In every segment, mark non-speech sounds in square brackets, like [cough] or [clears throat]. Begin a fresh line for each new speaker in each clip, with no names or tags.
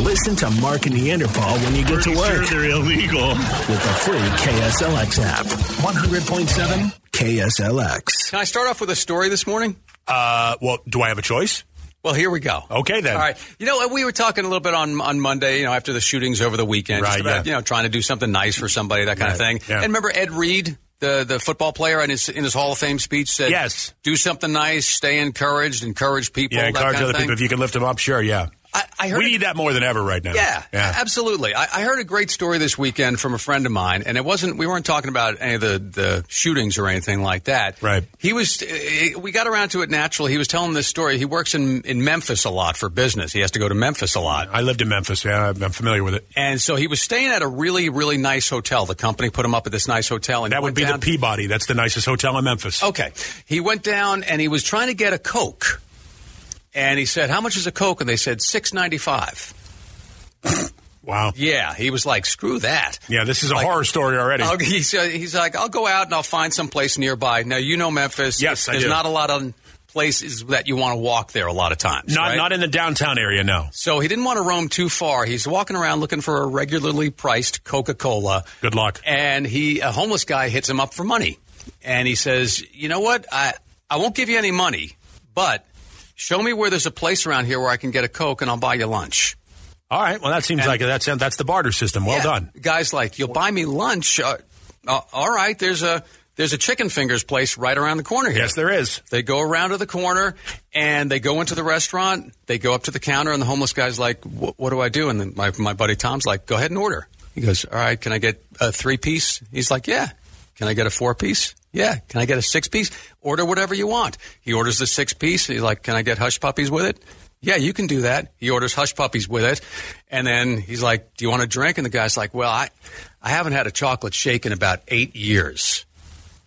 Listen to Mark and Neanderthal when you get to
Sure,
work
they're illegal.
with the free KSLX app. 100.7 KSLX.
Can I start off with a story this morning?
Uh, well, do I have a choice?
Well, here we go.
Okay, then.
All right. You know, we were talking a little bit on on Monday. You know, after the shootings over the weekend, just
Right,
about,
yeah.
you know, trying to do something nice for somebody, that kind of
Right,
thing.
yeah.
And remember Ed Reed, the the football player, in his in his Hall of Fame speech said,
Yes.
do something nice, stay encouraged, encourage people."
Yeah,
that
encourage
kind of
other
thing.
people. If you can lift them up, sure, yeah.
I, I heard
we
it-
need that more than ever right now.
Yeah, absolutely. I, I heard a great story this weekend from a friend of mine, and it wasn't. We weren't talking about any of the, the shootings or anything like that.
Right.
He was. uh, We got around to it naturally. He was telling this story. He works in in Memphis a lot for business. He has to go to Memphis a lot.
I lived in Memphis, man. I'm- I'm familiar with it.
And so he was staying at a really, really nice hotel. The company put him up at this nice hotel, and he
That would
went
be the
down-
Peabody. That's the nicest hotel in Memphis.
Okay. He went down and he was trying to get a Coke. And he said, How much is a Coke? And they said, six ninety five.
Wow.
Yeah. He was like, Screw that.
Yeah, this is a
Like-
horror story already.
Okay, [laughs] he's, uh, he's like, I'll go out and I'll find some place nearby. Now you know Memphis.
Yes, I
there's
do.
not a lot of places that you want to walk there a lot of times.
Not
right?
not in the downtown area, no.
so he didn't want to roam too far. He's walking around looking for a regularly priced Coca Cola.
Good luck.
And he, a homeless guy, hits him up for money, and he says, "You know what? I I won't give you any money, but show me where there's a place around here where I can get a Coke and I'll buy you lunch."
All right. Well, that seems like that's that's the barter system. Well
Yeah.
done.
Guys like, you'll buy me lunch. Uh, uh, all right, there's a there's a chicken fingers place right around the corner here.
Yes, there is.
They go around to the corner and they go into the restaurant. They go up to the counter and the homeless guy's like, "Wh- "What do I do?" And then my my buddy Tom's like, "Go ahead and order." He goes, "All right, can I get a three piece?" He's like, "Yeah." Can I get a four piece? Yeah. Can I get a six piece? Order whatever you want. He orders the six piece. He's like, "Can I get hush puppies with it?" Yeah, you can do that. He orders hush puppies with it, and then he's like, "Do you want a drink?" And the guy's like, "Well, I, I haven't had a chocolate shake in about eight years."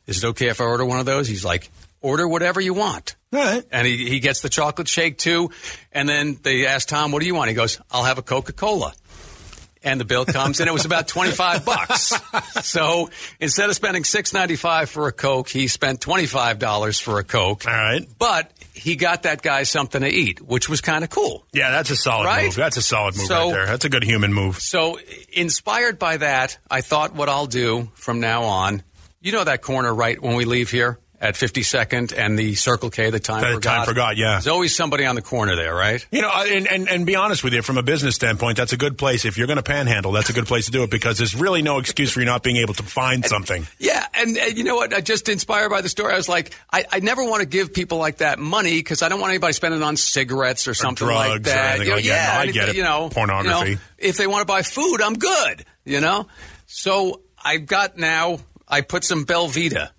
is it okay if I order one of those? He's like, order whatever you want.
All right.
And he, he gets the chocolate shake too. And then they ask Tom, what do you want? He goes, I'll have a Coca Cola. And the bill comes, and it was about twenty
[laughs]
five bucks. so instead of spending six ninety five for a coke, he spent twenty five dollars for a coke.
All right.
But he got that guy something to eat, which was kind of cool.
Yeah, that's a solid
Right?
move. That's a solid move
So-
right there. That's a good human move.
So, inspired by that, I thought what I'll do from now on. You know that corner right when we leave here at 52nd and the Circle K, the time
The
for
Time
God.
for God, yeah.
There's always somebody on the corner there, right?
You know, I- and, and, and be honest with you, from a business standpoint, that's a good place. If you're going to panhandle, that's a good place to do it because there's really no excuse for you not being able to find something.
Yeah, and, and you know what? I just inspired by the story. I was like, I, I never want to give people like that money because I don't want anybody spending it on cigarettes or, something
drugs
like
or
that.
anything
You know,
like that.
yeah,
No, I
anything,
get it.
You know,
Pornography.
you know, if they want to buy food, I'm good. You know, so I've got now. I put some Belvita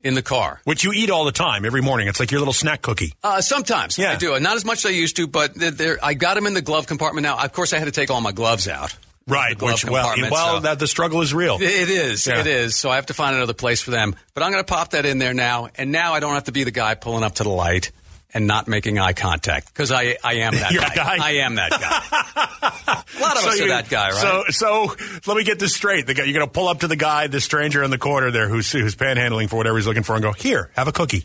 in the car.
Which you eat all the time, every morning. It's like your little snack cookie.
Uh, sometimes
Yeah.
I do. Not as much as I used to, but they're, they're- I got them in the glove compartment now. Of course, I had to take all my gloves out.
Right.
glove
Which, well,
compartment,
well
so-
that, the struggle is real.
It is.
Yeah.
It is. So I have to find another place for them. But I'm going to pop that in there now. And now I don't have to be the guy pulling up to the light and not making eye contact because I, I am that
You're
guy.
a guy?
I am that guy.
[laughs]
A lot of us
you
are
mean-
that guy, right?
So, so let me get this straight. The guy, you're going to pull up to the guy, the stranger in the corner there who's, who's panhandling for whatever he's looking for and go, here, have a cookie.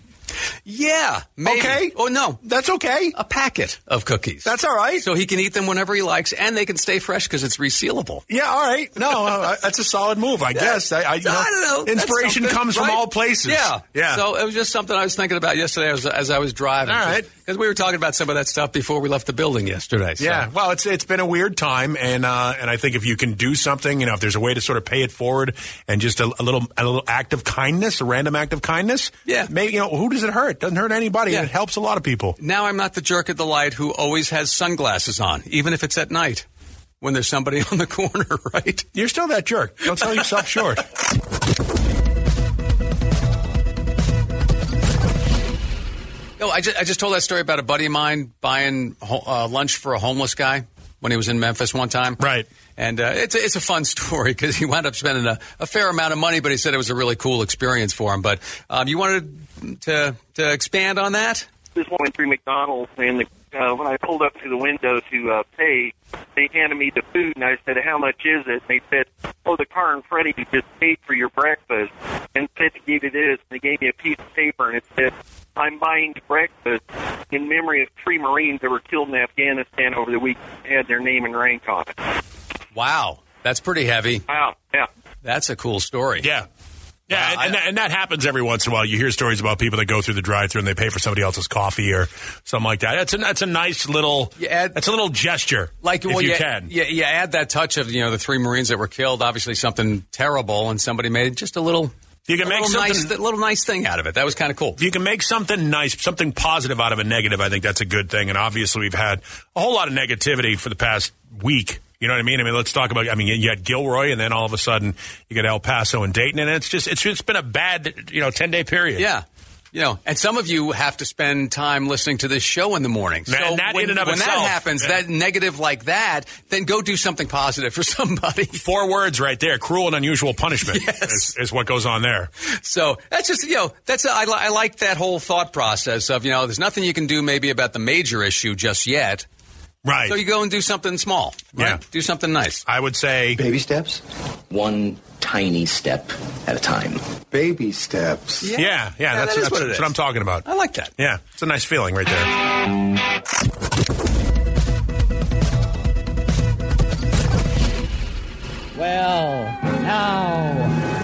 yeah. Maybe.
Okay.
Oh, no.
That's okay.
A packet of cookies.
That's all right.
So he can eat them whenever he likes and they can stay fresh because it's resealable.
Yeah, all right. No, uh, that's a solid move, I guess. I, I, you know,
I don't know. That's
Inspiration
something,
comes
right?
from all places.
Yeah,
Yeah.
So it was just something I was thinking about yesterday as, as I was driving.
All right.
because we were talking about some of that stuff before we left the building yesterday. so-
yeah, well, it's it's been a weird time, and uh, and I think if you can do something, you know, if there's a way to sort of pay it forward, and just a, a little a little act of kindness, a random act of kindness,
Yeah.
maybe you know, who does it hurt? Doesn't hurt anybody,
Yeah.
and it helps a lot of people.
Now I'm not the jerk at the light who always has sunglasses on, even if it's at night when there's somebody [laughs] on the corner. Right.
You're still that jerk. Don't sell yourself [laughs] short.
No, I just, I just told that story about a buddy of mine buying ho- uh, lunch for a homeless guy when he was in Memphis one time.
Right.
And uh, it's, a, it's a fun [laughs] story because he wound up spending a, a fair amount of money, but he said it was a really cool experience for him. But um, you wanted to, to expand on that?
this woman through McDonald's and the uh, when I pulled up to the window to uh, pay, they handed me the food, and I said, "How much is it?" And they said, "Oh, the car and Freddy just paid for your breakfast," and said to give you this. And they gave me a piece of paper, and it said, "I'm buying you breakfast in memory of three Marines that were killed in Afghanistan over the week. and Had their name and rank on it."
Wow, that's pretty heavy.
Wow. Yeah.
That's a cool story.
Yeah. Yeah,
Wow,
and,
I-
and, that, and that happens every once in a while. You hear stories about people that go through the drive-through and they pay for somebody else's coffee or something like that. That's a that's a nice little
You add-
that's a little gesture,
Like
if
well,
you
yeah,
can.
yeah, yeah. Add that touch of you know the three Marines that were killed. Obviously, something terrible, and somebody made just a little.
You can
a
make
little
something-
nice, th- little nice thing out of it. That was kind of cool.
If you can make something nice, something positive out of a negative, I think that's a good thing. And obviously, we've had a whole lot of negativity for the past week. You know what I mean? I mean, let's talk about. I mean, you had Gilroy, and then all of a sudden you get El Paso and Dayton, and it's just it's just been a bad you know ten day period.
Yeah. You know, and some of you have to spend time listening to this show in the morning. So
And that
when,
in and of
when
itself-
that happens,
Yeah.
that negative like that, then go do something positive for [laughs] somebody.
Four words right there: cruel and unusual
[laughs]
punishment is, is what goes on there.
So that's just you know that's I, li- I like that whole thought process of you know there's nothing you can do maybe about the major issue just yet.
Right.
So you go and do something small. Right?
Yeah.
Do something nice.
I would say
Baby steps?
one tiny step at a time.
Baby steps.
Yeah, yeah, that's,
that is
that's,
what it
that's
is.
what I'm talking about.
I like that.
Yeah, it's a nice feeling right there.
Well, now,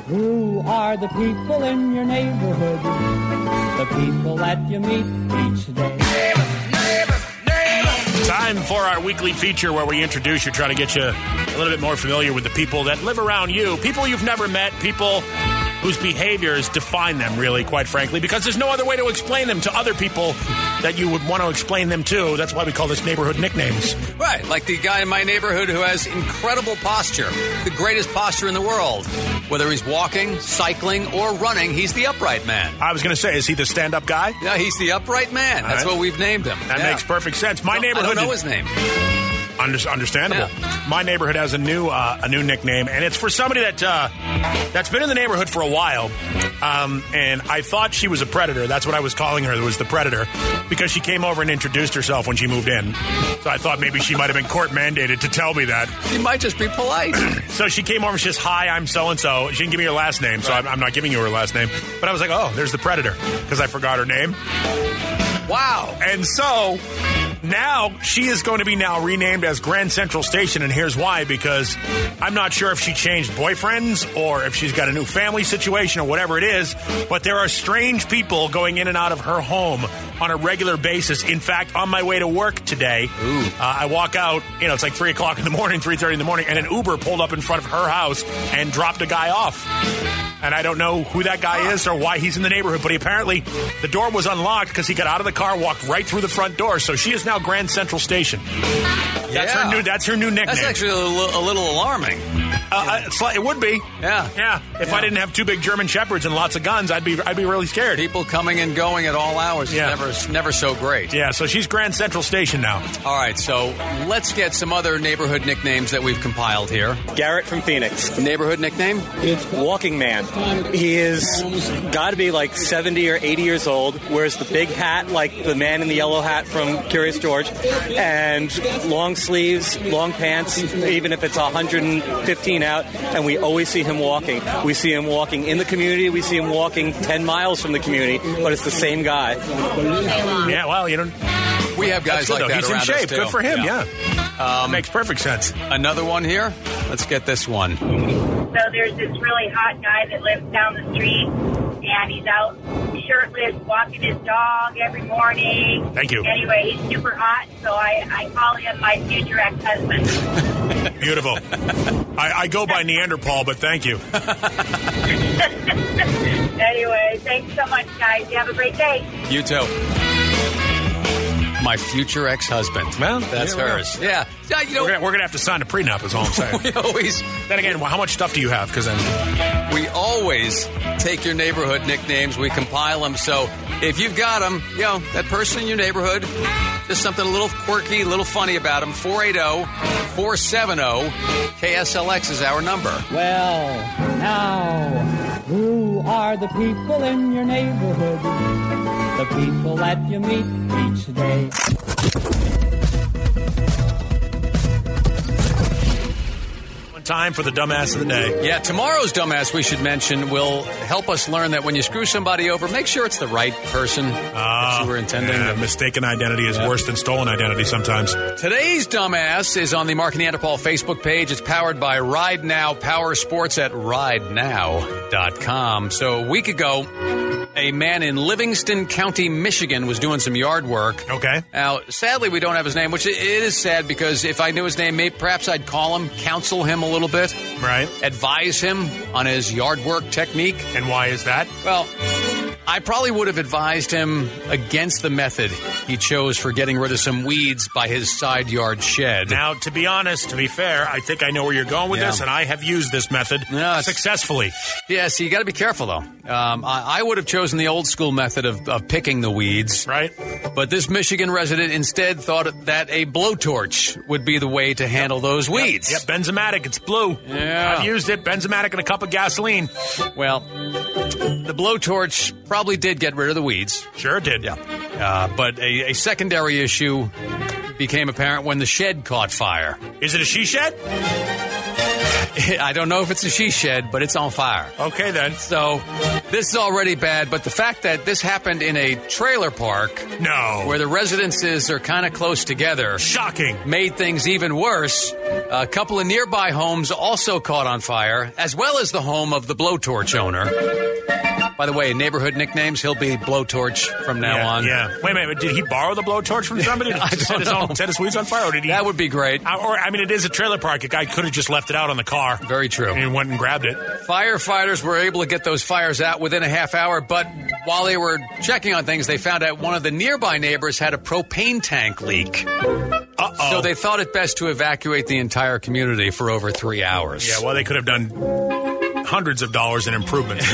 who are the people in your neighborhood? The people that you meet each day.
Time for our weekly feature where we introduce you, try to get you a little bit more familiar with the people that live around you, people you've never met, people whose behaviors define them, really, quite frankly, because there's no other way to explain them to other people that you would want to explain them to. That's why we call this neighborhood nicknames.
Right, like the guy in my neighborhood who has incredible posture, the greatest posture in the world. Whether he's walking, cycling, or running, he's the upright man.
I was going to say, is he the stand up guy?
Yeah, he's the upright man.
All
That's
right.
what we've named him.
That
Yeah.
makes perfect sense. My
I don't-
neighborhood.
I don't know
did-
his name.
Under- understandable.
Yeah.
My neighborhood has a new uh, a new nickname, and it's for somebody that uh, that's been in the neighborhood for a while. Um, and I thought she was a predator. That's what I was calling her. Was the predator because she came over and introduced herself when she moved in. So I thought maybe she might have been court mandated to tell me that.
He might just be polite.
[clears throat] So she came over and she says, Hi, I'm so and so. She didn't give me her last name, so I'm, I'm not giving you her last name. But I was like, Oh, there's the predator because I forgot her name.
wow.
And so now she is going to be now renamed as Grand Central Station, and here's why because I'm not sure if she changed boyfriends or if she's got a new family situation or whatever it is, but there are strange people going in and out of her home on a regular basis. In fact, on my way to work today, uh, I walk out, you know, it's like 3 o'clock in the morning, 3.30 in the morning, and an Uber pulled up in front of her house and dropped a guy off and I don't know who that guy is or why he's in the neighborhood, but he apparently the door was unlocked because he got out of the car, walked right through the front door. So she is now Grand Central Station. That's
Yeah.
her new. That's her new nickname.
That's actually a li- a little alarming.
Uh, uh, it's like- it would be.
Yeah.
yeah. If I
Yeah.
didn't have two big German shepherds and lots of guns, I'd be I'd be really scared.
People coming and going at all hours
Yeah.
is never, never so great.
Yeah. So she's Grand Central Station now.
All right, so let's get some other neighborhood nicknames that we've compiled here.
Garrett from Phoenix.
Neighborhood nickname?
Walking man. He is got to be like 70 or 80 years old, wears the big hat like the man in the yellow hat from Curious George, and long sleeves, long pants, even if it's 115 out, and we always see him walking. We see him walking in the community, we see him walking 10 miles from the community, but it's the same guy.
Mm.
Yeah. Well, you know,
We have
that's
guys
good
like
though.
that
He's in
around us,
shape.
too. Um,
Good for him. Yeah. Makes perfect sense.
Another one here. Let's get this one.
So there's this really hot guy that lives down the street, and he's out shirtless, walking his dog every morning.
Thank you.
Anyway, he's super hot, so I, I call him my future ex-husband.
[laughs] Beautiful. I, I go by Neanderthal, but thank you.
anyway, thanks so much, guys. You have a great day.
You too. My future ex-husband.
Well,
that's
there we go.
hers. Yeah. Yeah, you know,
We're gonna, we're gonna have to sign a prenup. Is all I'm saying.
[laughs] we always
Then again, well, how much stuff do you have? Because then,
we always take your neighborhood nicknames. We compile them. So if you've got them, you know that person in your neighborhood, just something a little quirky, a little funny about them. oh, 480-470 KSLX is our number.
Well, now, who are the people in your neighborhood? The people that you meet each day.
time for the dumbass of the day.
Yeah, tomorrow's dumbass we should mention will help us learn that when you screw somebody over, make sure it's the right person that you were intending.
Ah, Uh, Yeah, mistaken identity is worse than stolen identity sometimes.
Today's dumbass is on the Mark Neanderthal Facebook page. It's powered by Ride Now Power Sports at ridenow.com. So a week ago, a man in Livingston County, Michigan was doing some yard work.
Okay.
Now, sadly, we don't have his name, which i- it is sad because if I knew his name, maybe, perhaps I'd call him, counsel him a little bit,
Right.
advise him on his yard work technique.
And why is that?
Well, I probably would have advised him against the method he chose for getting rid of some weeds by his side yard shed.
Now, to be honest, to be fair, I think I know where you're going with
Yeah.
this, and I have used this method
Yeah, it's-
successfully.
yeah, so you got to be careful, though. Um, I, I would have chosen the old school method of, of picking the weeds,
Right?
but this Michigan resident instead thought that a blowtorch would be the way to handle those weeds.
Yep, benzomatic. It's blue.
Yeah.
I've used it. Benzomatic and a cup of gasoline.
Well, the blowtorch probably did get rid of the weeds.
Sure did.
Yeah. Uh, but a, a secondary issue became apparent when the shed caught fire. [laughs]
Is it a she shed?
I don't know if it's a she shed, but it's on fire.
Okay, then.
So this is already bad, but the fact that this happened in a trailer park
No.
where the residences are kind of close together
Shocking.
made things even worse. A couple of nearby homes also caught on fire, as well as the home of the blowtorch owner. By the way, neighborhood nicknames, he'll be blowtorch from now
yeah,
on.
yeah. Wait a minute. Did he borrow the blowtorch from somebody to
[laughs] I don't
set, his own,
know.
set his weeds on fire? Or did he?
That would be great.
I- or, I mean, it is a trailer park. A guy could have just left it out on the car.
Very true.
And went and grabbed it.
Firefighters were able to get those fires out within a half hour, but while they were checking on things, they found out one of the nearby neighbors had a propane tank leak.
Uh oh.
So they thought it best to evacuate the entire community for over three hours.
Yeah, well, they could have done hundreds of dollars in improvements.
[laughs]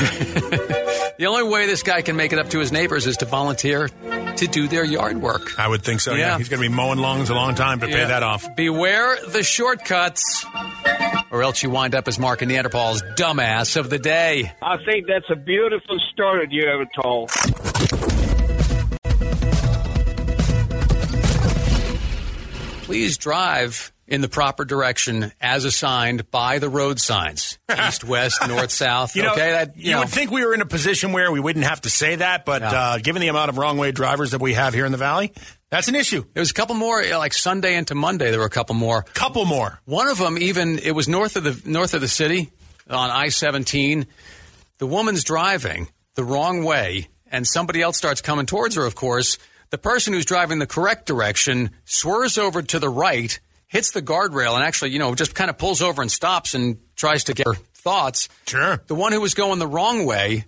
the only way this guy can make it up to his neighbors is to volunteer to do their yard work.
I would think so. Yeah,
Yeah.
he's going to be mowing lawns a long time to pay
Yeah.
that off.
Beware the shortcuts, or else you wind up as Mark and Neanderthal's dumbass of the day.
I think that's a beautiful story you ever told.
Please drive in the proper direction as assigned by the
[laughs]
road signs east, west, north, south.
You know,
okay, that
you, would think we were in a position where we wouldn't have to say that, but
Yeah.
uh, given the amount of wrong way drivers that we have here in the valley, that's an issue.
there was a couple more, like Sunday into Monday. There were a couple more.
Couple more.
One of them, even it was north of the north of the city on I seventeen. The woman's driving the wrong way, and somebody else starts coming towards her. Of course, the person who's driving the correct direction swerves over to the right, hits the guardrail, and actually, you know, just kind of pulls over and stops and tries to get her thoughts.
Sure.
The one who was going the wrong way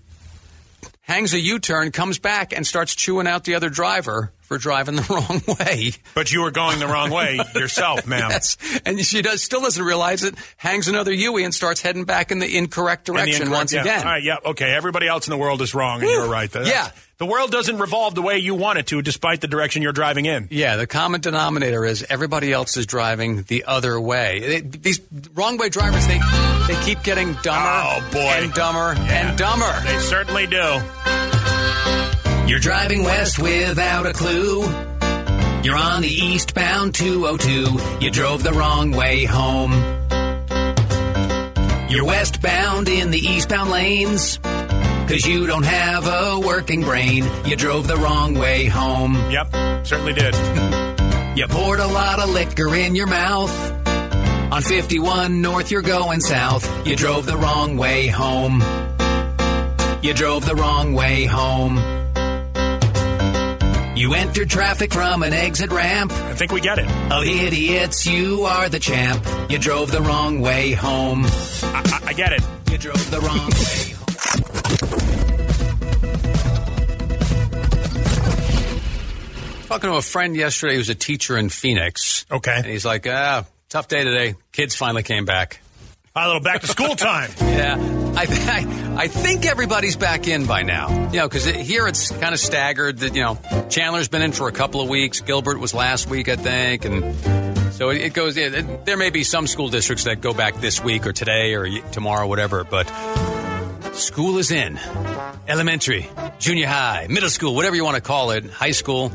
hangs a U turn, comes back, and starts chewing out the other driver for driving the [laughs] wrong way.
But you were going the wrong
[laughs]
way yourself, ma'am.
Yes. And she does still doesn't realize it, hangs another Yui and starts heading back in the incorrect
In the
direction
incorrect-
once
yeah.
again.
All right, yeah, okay. Everybody else in the world is wrong, and you're right. That's-
Yeah.
The world doesn't revolve the way you want it to, despite the direction you're driving in.
Yeah, the common denominator is everybody else is driving the other way. They- these wrong way drivers, they they keep getting dumber
Oh, boy.
and dumber
Yeah.
and dumber.
They certainly do.
You're driving west without a clue. You're on the eastbound 202. You drove the wrong way home. You're westbound in the eastbound lanes. Cause you don't have a working brain. You drove the wrong way home.
Yep, certainly did.
You poured a lot of liquor in your mouth. On 51 North, you're going south. You drove the wrong way home. You drove the wrong way home. You entered traffic from an exit ramp.
I think we get it.
Oh, idiots, you are the champ. You drove the wrong way home.
I, I get it.
You drove the wrong way home.
Talking to a friend yesterday who's a teacher in Phoenix.
Okay.
And he's like, ah, tough day today. Kids finally came back.
A little back to school
[laughs]
time.
Yeah, I, I, I think everybody's back in by now. You know, because here it's kind of staggered. That you know, Chandler's been in for a couple of weeks. Gilbert was last week, I think, and so it, it goes. It, it- there may be some school districts that go back this week or today or y- tomorrow, whatever. But school is in, elementary, junior high, middle school, whatever you want to call it, high school.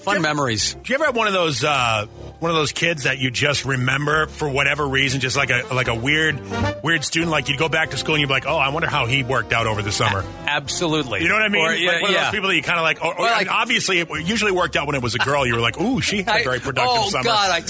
Fun memories.
Do you ever have one of those uh, one of those kids that you just remember for whatever reason, just like a like a weird weird student? Like you'd go back to school and you'd be like, oh, I wonder how he worked out over the summer.
Absolutely.
You know what I mean?
Or, yeah,
like one of
yeah.
those people that you kind of like. Or, or-
Well,
and obviously, it usually worked out when it was a girl. You were like, "Ooh, she had a very productive
oh
summer."
God, I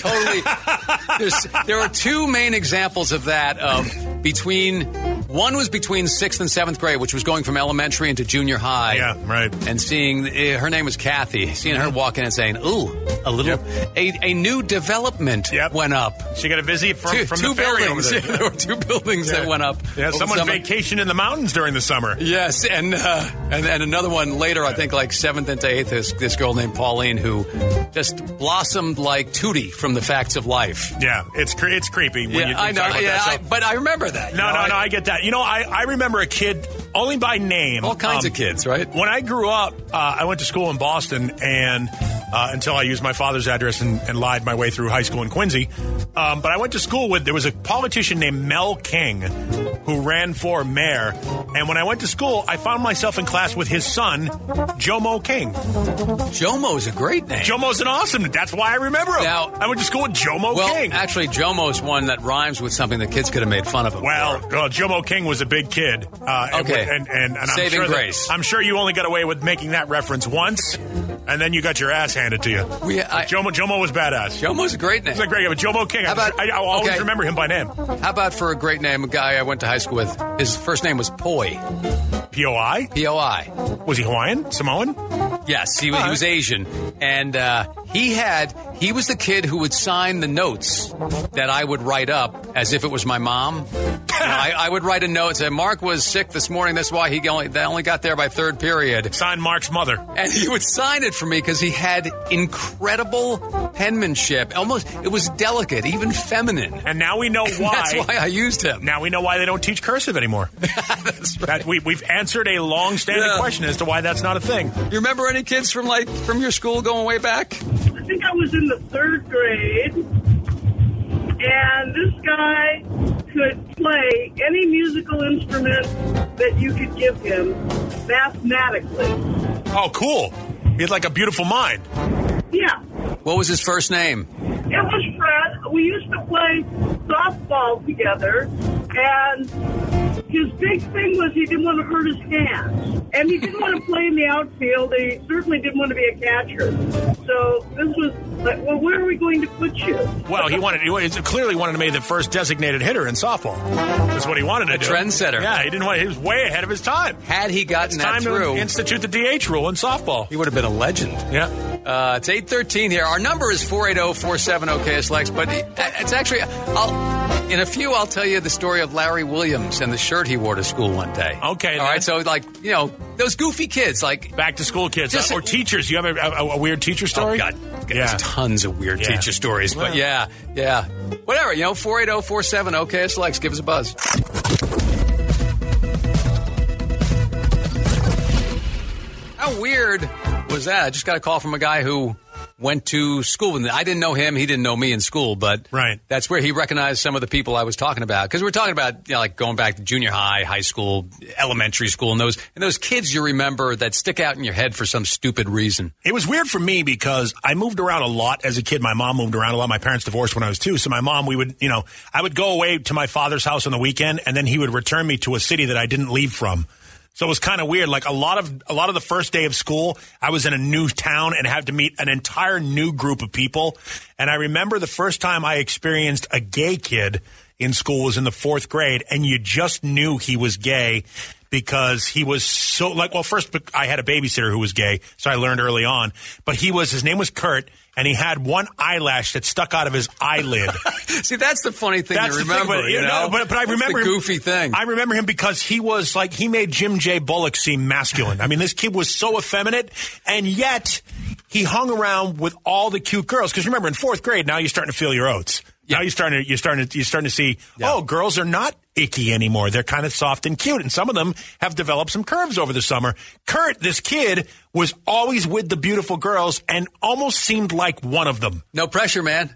[laughs]
totally. there's- there are two main examples of that. Of between one was between sixth and seventh grade, which was going from elementary into junior high. Yeah,
right.
And seeing eh, her name was Kathy, seeing
Mm-hmm.
her walk in and saying, "Ooh, a little, a, a new development went up."
She got a visit from-
two,
from the
two
ferry over
buildings. [laughs]
there.
were two buildings that went up.
Yeah,
over
someone
summer.
vacationed in the mountains during the summer.
Yes, and uh, and then another one later. I think like seventh into eighth. This this girl named Pauline who just blossomed like Tootie from the facts of life.
Yeah, it's cre- it's creepy. When
yeah,
you, you
I know.
talk about
Yeah,
that, so-
I, but I remember that. you
No,
know,
no,
I-
no. I get that. You know, I, I remember a kid only by name. All
kinds of kids, right?
When I grew up, uh, I went to school in Boston, and uh, until I used my father's address and, and lied my way through high school in Quincy. Um, but I went to school with there was a politician named Mel King who ran for mayor. And when I went to school, I found myself in class with his son, Jomo King.
Jomo's a great name.
Jomo's an awesome. That's why I remember him.
Now-
I went to school with Jomo
well,
King.
actually, Jomo's one that rhymes with something the kids could have made fun of him.
Well, well, Jomo King was a big kid. Uh, and-
Okay.
And, and, and
Saving
I'm sure that-
grace.
I'm sure you only got away with making that reference once, and then you got your ass handed to you.
We- I-
Jomo, Jomo was badass.
Jomo's a great name.
He's a great guy, but Jomo King, I,
How
just-
about-
I, I'll always
okay.
remember him by name.
How about for a great name, a guy I went to high school with? His first name was Poi.
POI?
POI.
Was he Hawaiian? Samoan?
Yes, he was, he was Asian, and uh, he had he was the kid who would sign the notes that I would write up as if it was my mom. You know, I, I would write a note saying Mark was sick this morning. That's why he only they only got there by third period.
Signed Mark's mother,
and he would sign it for me because he had incredible penmanship. Almost it was delicate, even feminine.
And now we know why.
[laughs] That's why I used him.
Now we know why they don't teach cursive
[laughs]
anymore. that's right. we, we've answered a long-standing
Yeah.
question as to why that's not a thing.
You remember any kids from like from your school going way back?
I think I was in the third grade, and this guy could play any musical instrument that you could give him mathematically.
Oh, cool. He had like a beautiful mind.
Yeah,
What was his first name?
it was Fred. We used to play softball together, and his big thing was he didn't want to hurt his hands, and he didn't want to play in the outfield. and He certainly didn't want to be a catcher. So this was like, well, where are we going to put you?
Well, he wanted he wanted- clearly wanted to be the first designated hitter in softball. That's what he wanted to
A
do.
trendsetter.
Yeah, he didn't want. He was way ahead of his time.
Had he gotten
it's
that
time
through-
to institute the DH rule in softball.
He would have been a legend.
Yeah.
Uh, it's 813 here. Our number is oh, 480-470-KSLX, but it- it's actually, I'll, in a few, I'll tell you the story of Larry Williams and the shirt he wore to school one day.
Okay,
All right.
then.
so like, you know, those goofy kids, like.
Back to school kids
Just- Oh,
uh, or teachers. You have a, a, a weird teacher story?
God.
yeah.
There's tons of weird
Yeah.
teacher stories, but yeah, yeah. Whatever, you know, 480-470-KSLX, give us a buzz. How weird was that? I just got a call from a guy who went to school with me. I didn't know him. He didn't know me in school, but
Right.
that's where he recognized some of the people I was talking about. Because we're talking about you know, like going back to junior high, high school, elementary school, and those and those kids you remember that stick out in your head for some stupid reason.
It was weird for me because I moved around a lot as a kid. My mom moved around a lot. My parents divorced when I was two. So my mom, we would, you know, I would go away to my father's house on the weekend and then he would return me to a city that I didn't leave from. So it was kind of weird. Like a lot of, a lot of the first day of school, I was in a new town and had to meet an entire new group of people. And I remember the first time I experienced a gay kid in school was in the fourth grade and you just knew he was gay because he was so like well first bec- i had a babysitter who was gay so i learned early on but he was his name was kurt and he had one eyelash that stuck out of his eyelid
See, that's the funny thing
that's
you
the
remember.
thing but,
you
no,
know?
but, but i
That's the
remember him-
goofy thing.
i remember him because he was like he made jim j bullock seem masculine i mean this kid was so effeminate and yet he hung around with all the cute girls because remember in fourth grade now you're starting to feel your oats now you're starting to you're starting to you're starting to see oh girls are not icky anymore they're kind of soft and cute and some of them have developed some curves over the summer kurt this kid was always with the beautiful girls and almost seemed like one of them
no pressure, man.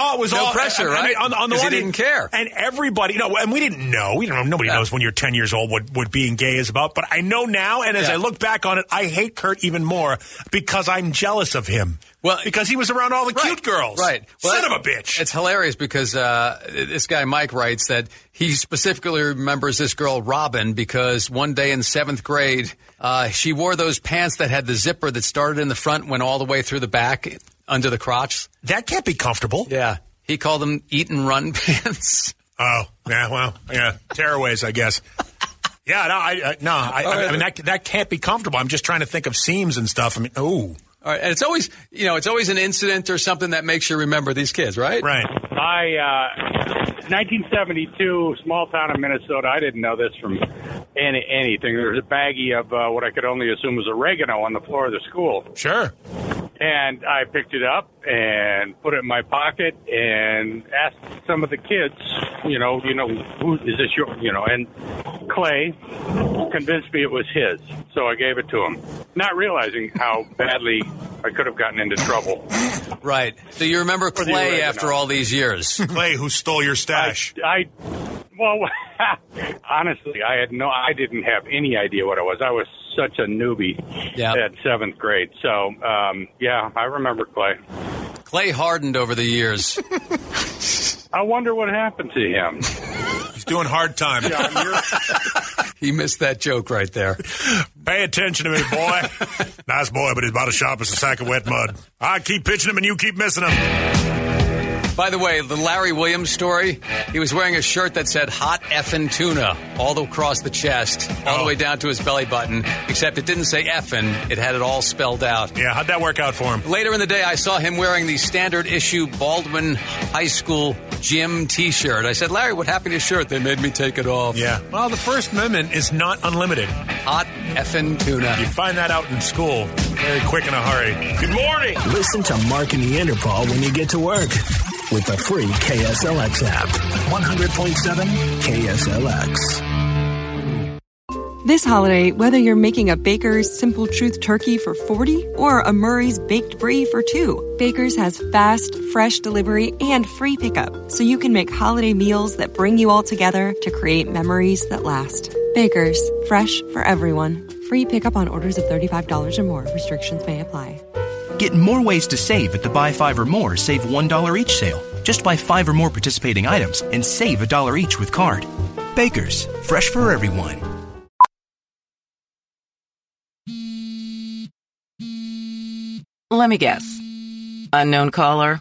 Oh, it was
No
all
pressure,
I- I- I
right?
mean, on, on the
'Cause he
one hand-
didn't care.
and everybody. No, and we didn't know. We don't know. Nobody knows when you're 10 years old what what being gay is about. But I know now, and as
Yeah.
I look back on it, I hate Kurt even more because I'm jealous of him.
Well,
because he was around all the cute girls.
Right.
Son
that-
of a bitch.
It's hilarious because uh, this guy Mike writes that he specifically remembers this girl Robin because one day in seventh grade uh, she wore those pants that had the zipper that started in the front went all the way through the back under the crotch.
That can't be comfortable.
Yeah. He called them eat and run [laughs] pants.
Oh, yeah. Well, yeah. Tearaways, I
[laughs]
guess. Yeah. No, I, I no. I, I, I mean that that can't be comfortable. I'm just trying to think of seams and stuff. I mean, oh.
All right, and it's always you know it's always an incident or something that makes you remember these kids, right?
Right.
I, uh, 1972, small town in Minnesota. I didn't know this from any, anything. There was a baggie of uh, what I could only assume was oregano on the floor of the school.
Sure.
And I picked it up and put it in my pocket and asked some of the kids, you know, you know, who is this your, you know, and Clay convinced me it was his. So I gave it to him, not realizing how badly I could have gotten into trouble.
Right. So you remember
For the
Clay
oregano.
after all these [laughs] years.
Clay, who stole your stash?
I, well, [laughs] honestly, I had no, I didn't have any idea what it was. I was such a newbie at seventh grade. So, um, yeah, I remember Clay.
Clay hardened over the years.
I wonder what happened to him.
He's doing hard time.
he missed that joke right there.
Pay attention to me, [laughs] boy. nice boy, but he's about as sharp as a sack of wet mud. I keep pitching him and you keep missing him.
By the way, the Larry Williams story, he was wearing a shirt that said hot effin' tuna all the- across the chest, all the way down to his belly button, except it didn't say effin', it had it all spelled out.
Yeah, how'd that work out for him?
Later in the day, I saw him wearing the standard issue Baldwin High School gym t shirt. I said, Larry, what happened to your shirt? They made me take it off.
Yeah. Well, the First Amendment is not unlimited.
Hot effin' tuna.
You find that out in school very quick in a hurry. Good morning.
Listen to Mark and Neanderthal when you get to work with the free KSLX app. 100.7 KSLX.
This holiday, whether you're making a Baker's Simple Truth turkey for 40 or a Murray's Baked Brie for 2, Baker's has fast, fresh delivery and free pickup, so you can make holiday meals that bring you all together to create memories that last. Baker's, fresh for everyone. Free pickup on orders of $35 or more. Restrictions may apply.
Get more ways to save at the Buy Five or More Save $1 each sale. Just buy five or more participating items and save a dollar each with card. Baker's, fresh for everyone.
Let me guess. Unknown caller?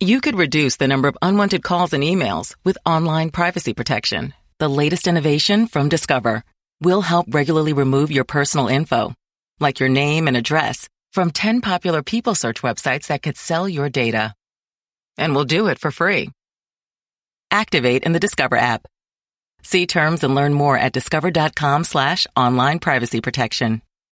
You could reduce the number of unwanted calls and emails with online privacy protection. The latest innovation from Discover will help regularly remove your personal info, like your name and address, from 10 popular people search websites that could sell your data. And we'll do it for free. Activate in the Discover app. See terms and learn more at discover.com slash online privacy protection.